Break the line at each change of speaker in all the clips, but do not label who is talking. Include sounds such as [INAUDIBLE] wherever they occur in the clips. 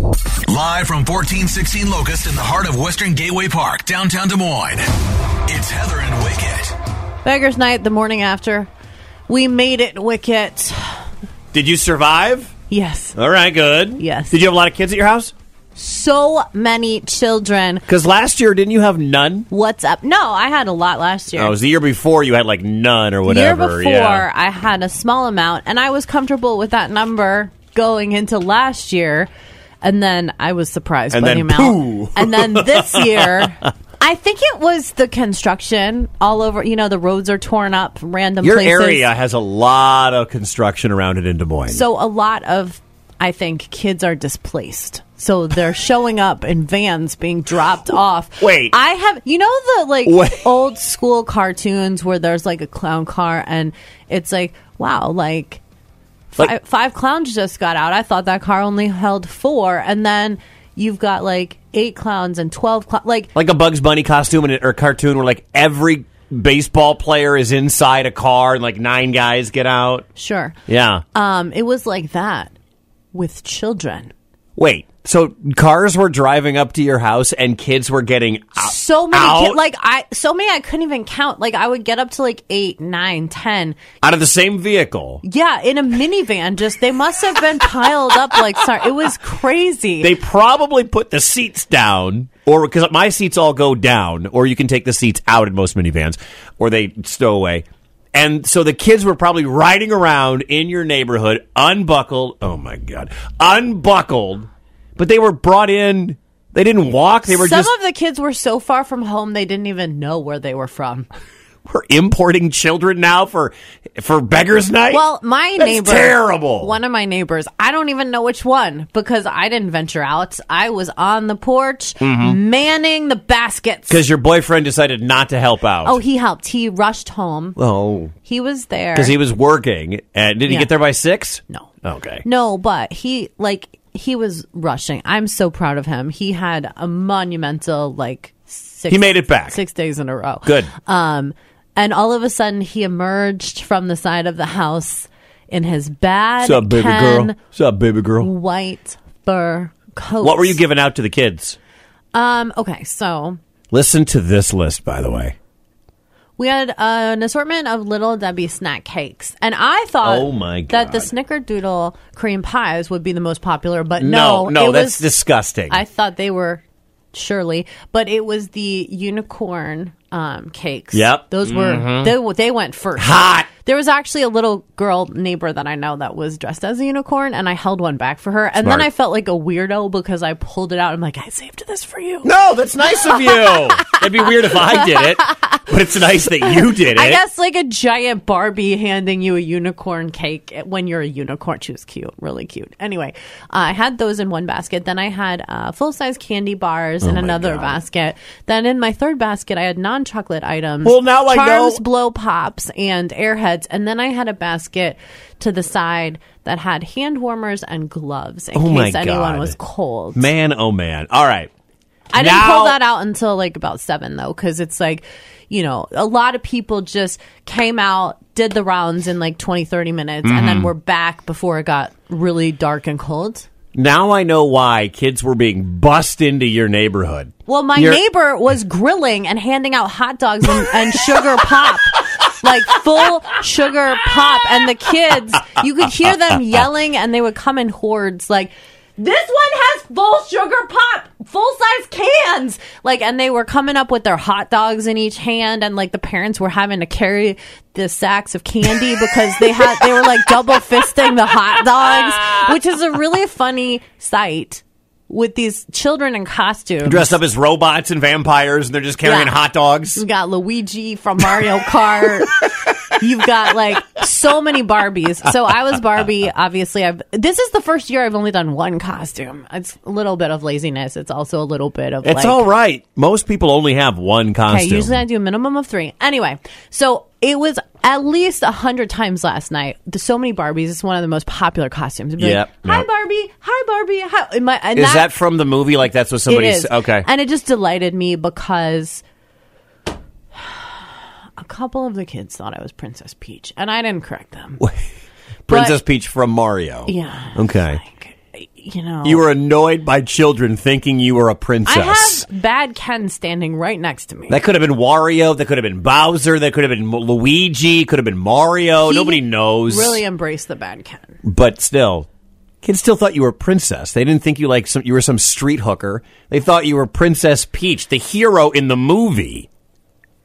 Live from 1416 Locust in the heart of Western Gateway Park, downtown Des Moines, it's Heather and Wicket.
Beggar's Night, the morning after. We made it, Wicket.
Did you survive?
Yes.
All right, good.
Yes.
Did you have a lot of kids at your house?
So many children.
Because last year, didn't you have none?
What's up? No, I had a lot last year.
Oh, it was the year before you had like none or whatever.
Year before,
yeah.
I had a small amount, and I was comfortable with that number going into last year. And then I was surprised
And
by the
then
amount.
poo.
And then
[LAUGHS]
this year, I think it was the construction all over. You know, the roads are torn up, random
Your
places.
area has a lot of construction around it in Des Moines.
So a lot of, I think, kids are displaced. So
[LAUGHS]
they're showing up in vans being dropped off.
Wait.
I have you know the like
Wait.
old school cartoons where there's like a clown car and it's like wow like.
Like-
fi- five clowns just got out. I thought that car only held four, and then you've got like eight clowns and twelve clowns. Like
like a Bugs Bunny costume in a, or cartoon where like every baseball player is inside a car and like nine guys get out.
sure,
Yeah.
um, it was like that with children.
Wait. So cars were driving up to your house and kids were getting out.
so many
out,
ki- like i so many i couldn't even count like i would get up to like eight nine ten
out of the same vehicle.
yeah in a minivan just they must have been piled up like sorry it was crazy
They probably put the seats down, or because my seats all go down, or you can take the seats out in most minivans, or they stow away. And so the kids were probably riding around in your neighborhood, unbuckled. Oh my God, unbuckled! But they were brought in. They didn't walk. They were
some
just
of the kids were so far from home they didn't even know where they were from
we're importing children now for for beggars' night.
well my
That's
neighbor
terrible.
one of my neighbors i don't even know which one because i didn't venture out i was on the porch
Mm-hmm.
manning the baskets
because your boyfriend decided not to help out.
oh he helped he rushed home
oh,
he was there
because he Oh. was working, and did he
Yeah.
get there by six?
no
Okay.
No, but he like he was rushing. I'm so proud of him. He had a monumental like six
He made it back.
six days in a row.
Good.
Um and all of a sudden he emerged from the side of the house in his bad
What's up, baby
Ken
girl? What's up, baby girl?
white fur coat.
What were you giving out to the kids?
Um okay, so
Listen to this list, by the way.
we had uh, an assortment of Little Debbie snack cakes, and I thought
Oh, my
that the
God.
Snickerdoodle cream pies would be the most popular, but no,
No, no,
it was,
that's disgusting.
I thought they were surely, but it was the unicorn um, cakes.
Yep. Mm-hmm.
those were they w they went first.
Hot.
There was actually a little girl neighbor that I know that was dressed as a unicorn, and I held one back for her, and
Smart.
then I felt like a weirdo because I pulled it out. I'm like, I saved this for you.
No, that's nice of you. [LAUGHS] It'd be weird if I did it, but it's nice that you did it.
I guess like a giant Barbie handing you a unicorn cake when you're a unicorn. She was cute, really cute. Anyway, uh, I had those in one basket. Then I had uh, full size candy
Oh
bars in another basket. Then in my third basket, I had non chocolate items.
Well, now I know-
Charms, blow pops, and airheads. And then I had a basket to the side that had hand warmers and gloves in
Oh, my
case anyone
God.
was cold.
Man, oh man. All right.
I didn't
Now-
pull that out until like about seven though, because it's like, you know, a lot of people just came out, did the rounds in like 20, 30 minutes, and then were back before it got really dark and cold.
Now I know why kids were being bussed into your neighborhood.
Well, my
You're-
neighbor was grilling and handing out hot dogs and, and sugar pop. Like full sugar pop, and the kids, you could hear them yelling, and they would come in hordes. Like, this one has full sugar pop, full size cans. Like, and they were coming up with their hot dogs in each hand, and like the parents were having to carry the sacks of candy because they had they were like double fisting the hot dogs, which is a really funny sight with these children in costume.
Dressed up as robots and vampires, and they're just carrying
Yeah.
hot dogs.
You've got Luigi from Mario Kart. You've got like so many Barbies. So I was Barbie. Obviously, I've this is the first year I've only done one costume. It's a little bit of laziness. It's also a little bit of
It's
like,
all right. Most people only have one
Okay,
costume.
usually I do a minimum of three. Anyway, so it was at least a hundred times last night. There's so many Barbies. It's one of the most popular costumes. It'd be
Yep,
like, hi
yep.
Barbie, hi Barbie, hi. And my- and
is that from the movie? Like that's what somebody
it is.
s- Okay.
And it just delighted me because a couple of the kids thought I was Princess Peach, and I didn't correct them.
Princess Peach from Mario.
Yeah.
Okay.
Like, you know,
You were annoyed by children thinking you were a
I
princess.
have Bad Ken standing right next to me.
That could have been Wario. That could have been Bowser. That could have been Luigi. Could have been Mario.
He
Nobody knows.
Really embrace the Bad Ken.
but still, kids still thought you were a princess. They didn't think you like some. You were some street hooker. They thought you were Princess Peach, the hero in the movie,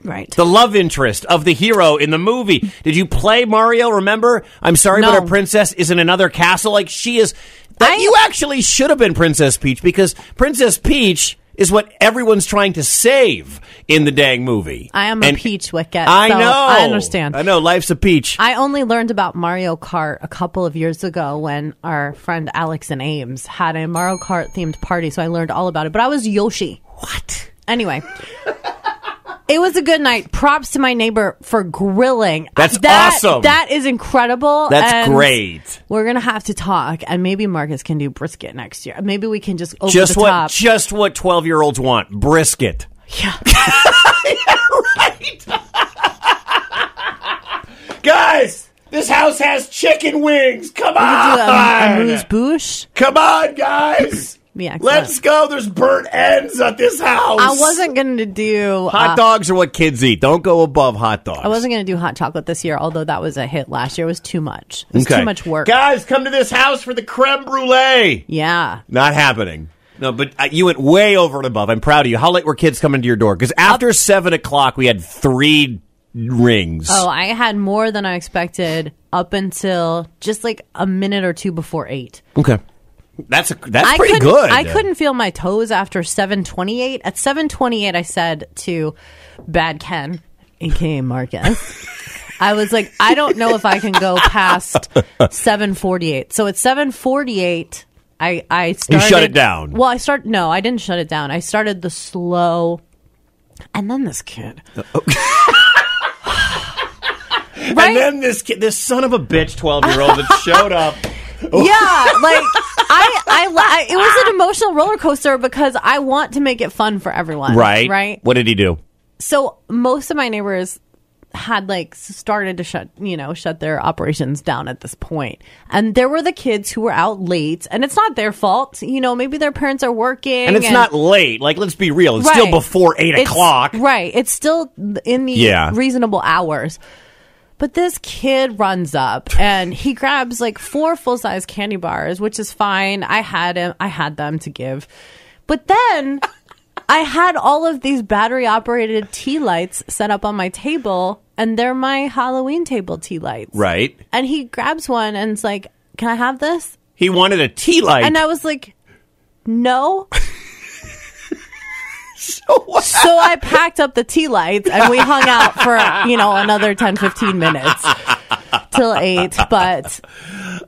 Right.
the love interest of the hero in the movie. Did you play Mario? Remember? I'm sorry,
No.
but a princess is in another castle. Like she is. That
I-
you actually should have been Princess Peach because Princess Peach. Is what everyone's trying to save in the dang movie.
I am a
And-
peach wicket.
I
so
know.
I understand.
I know. Life's a peach.
I only learned about Mario Kart a couple of years ago when our friend Alex and Ames had a Mario Kart themed party, so I learned all about it. But I was Yoshi. What? Anyway. It was a good night. Props to my neighbor for grilling.
That's
That-
awesome.
That is incredible.
That's
and
great.
We're gonna have to talk, and maybe Marcus can do brisket next year. Maybe we can just over
Just
the
what
top.
just what 12-year-olds want. Brisket. [LAUGHS]
yeah.
Guys, this house has chicken wings. Come
Do a, a
on.
moose boosh.
Come on, guys.
Be excellent.
Let's go. There's burnt ends at this house.
I wasn't gonna do
Hot dogs are what kids eat. Don't go above hot dogs.
I wasn't going to do hot chocolate this year, although that was a hit last year. It was too much. It was too much work.
Guys, come to this house for the creme brulee.
Yeah.
Not happening. No, but uh, you went way over and above. I'm proud of you. How late were kids coming to your door? Because after seven o'clock, we had three rings.
Oh, I had more than I expected up until just like a minute or two before eight.
Okay, that's a, that's
I
pretty
couldn't,
good.
I couldn't feel my toes after seven twenty eight. At seven twenty eight, I said to Bad Ken, aka Marcus. I was like, I don't know if I can go past seven forty eight. So at seven forty eight, I I started.
it down.
Well, I start. No, I didn't shut it down. I started the slow, and then this kid. right?
[LAUGHS] And then this kid, this son of a bitch, twelve year old
[LAUGHS]
that showed up.
yeah
Oh. [LAUGHS]
like I, I i it was an emotional roller coaster because i want to make it fun for everyone right
What did he do?
so most of my neighbors had like started to shut you know shut their operations down at this point and there were the kids who were out late and it's not their fault you know maybe their parents are working
And it's not late. Like, let's be real. It's still
Right.
before eight
It's-
o'clock.
Right. It's still in the
Yeah.
reasonable hours. But this kid runs up and he grabs like four full size candy bars, which is fine. I had him. I had them to give. But then I had all of these battery operated tea lights set up on my table, and they're my Halloween table tea lights.
Right.
And he grabs one and it's like, "Can I have this?"
He wanted a tea light.
And I was like,
[LAUGHS]
no. so, I packed up the tea lights and we hung out for, you know, another 10, 15 minutes till eight. But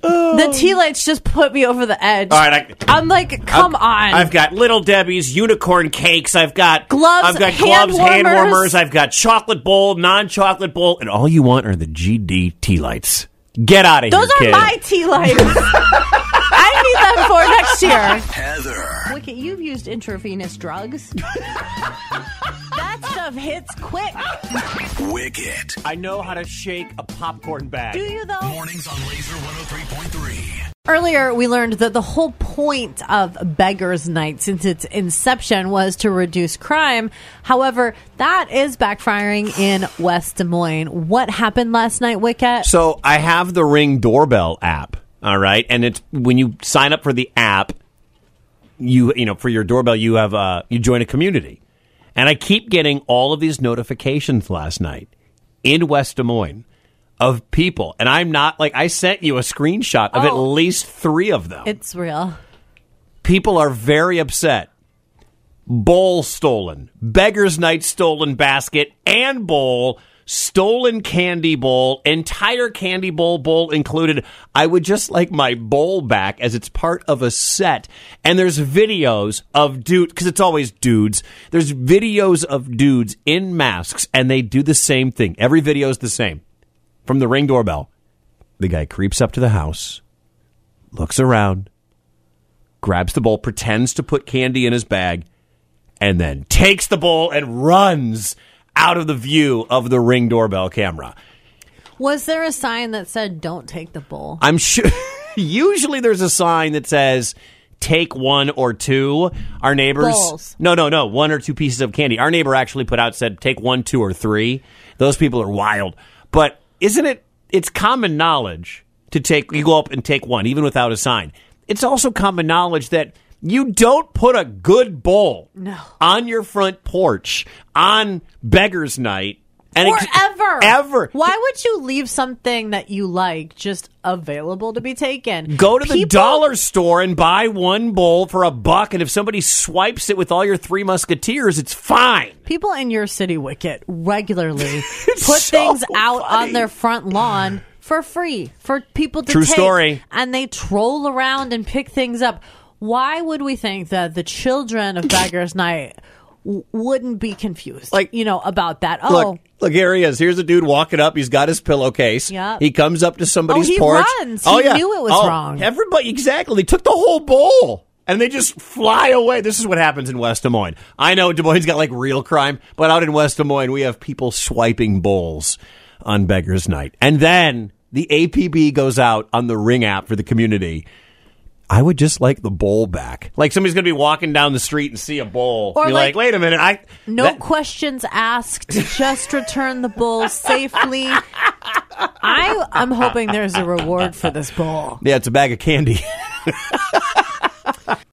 the tea lights just put me over the edge.
Oh. All right, I-
am like, come on.
I've got little Debbie's unicorn cakes. I've got
Gloves,
I've got
hand
gloves, hand
warmers.
warmers. I've got chocolate bowl, non-chocolate bowl, and all you want are the GD tea lights. Get out of here,
Those are
kid.
my tea lights. I need them for next year.
Heather.
Wicket, you've used intravenous [LAUGHS] drugs. that stuff hits quick.
Wicket.
I know how to shake a popcorn bag.
Do you, though?
Mornings on Laser 103.3.
Earlier, we learned that the whole point of Beggar's Night since its inception was to reduce crime. However, that is backfiring in West Des Moines. What happened last night, Wicket?
So I have the Ring doorbell app. All right, and it's when you sign up for the app, you you know for your doorbell, you have uh, you join a community, and I keep getting all of these notifications last night in West Des Moines of people, and I'm not like I sent you a screenshot of at
Oh.
least three of them.
It's real.
people are very upset. Bowl stolen, beggar's night stolen basket and bowl, stolen candy bowl, entire candy bowl bowl included. I would just like my bowl back as it's part of a set. And there's videos of dude because it's always dudes. There's videos of dudes in masks and they do the same thing. Every video is the same. From the ring doorbell, the guy creeps up to the house, looks around, grabs the bowl, pretends to put candy in his bag, and then takes the bowl and runs out of the view of the ring doorbell camera.
Was there
[LAUGHS]
a sign that said, don't take the bowl?
I'm sure. Usually there's a sign that says, take one or two. Our neighbors,
Bowls.
no, no, no, one or two pieces of candy. Our neighbor actually put out said take one, two, or three. Those people are wild. But isn't it? It's common knowledge to take. You go up and take one, even without a sign. It's also common knowledge that you don't put a good bowl on your front porch on beggars night and
Or
ex-
ever.
ever
Why would you leave something that you like just available to be taken?
Go to the
People-
dollar store and buy one bowl for a buck, and if somebody swipes it with all your three musketeers, it's fine.
People in your city, Wicket,
[LAUGHS]
regularly put
so
things out
funny.
on their front
[SIGHS]
lawn for free for people to
True
take,
story.
and they troll around and pick things up. Why would we think that the children of
[LAUGHS]
Beggars Night w- wouldn't be confused,
Like-
you know, about that? Oh,
Look, look, here he is. Here's a dude walking up. He's got his pillowcase.
Yep.
He comes up to somebody's
Oh, he
porch.
runs. He knew it was
Oh,
wrong.
Everybody, exactly. They took the whole bowl and they just fly away. This is what happens in West Des Moines. I know Des Moines got like real crime, but out in West Des Moines, we have people swiping bowls on Beggar's Night. And then the APB goes out on the Ring app for the community. I would just like the bowl back. Like somebody's going to be walking down the street and see a bowl.
Or
You're
like,
like, wait a minute, I
No
that-
questions asked. Just return the bowl safely.
[LAUGHS]
I am hoping there's a reward for this bowl.
Yeah, it's a bag of candy.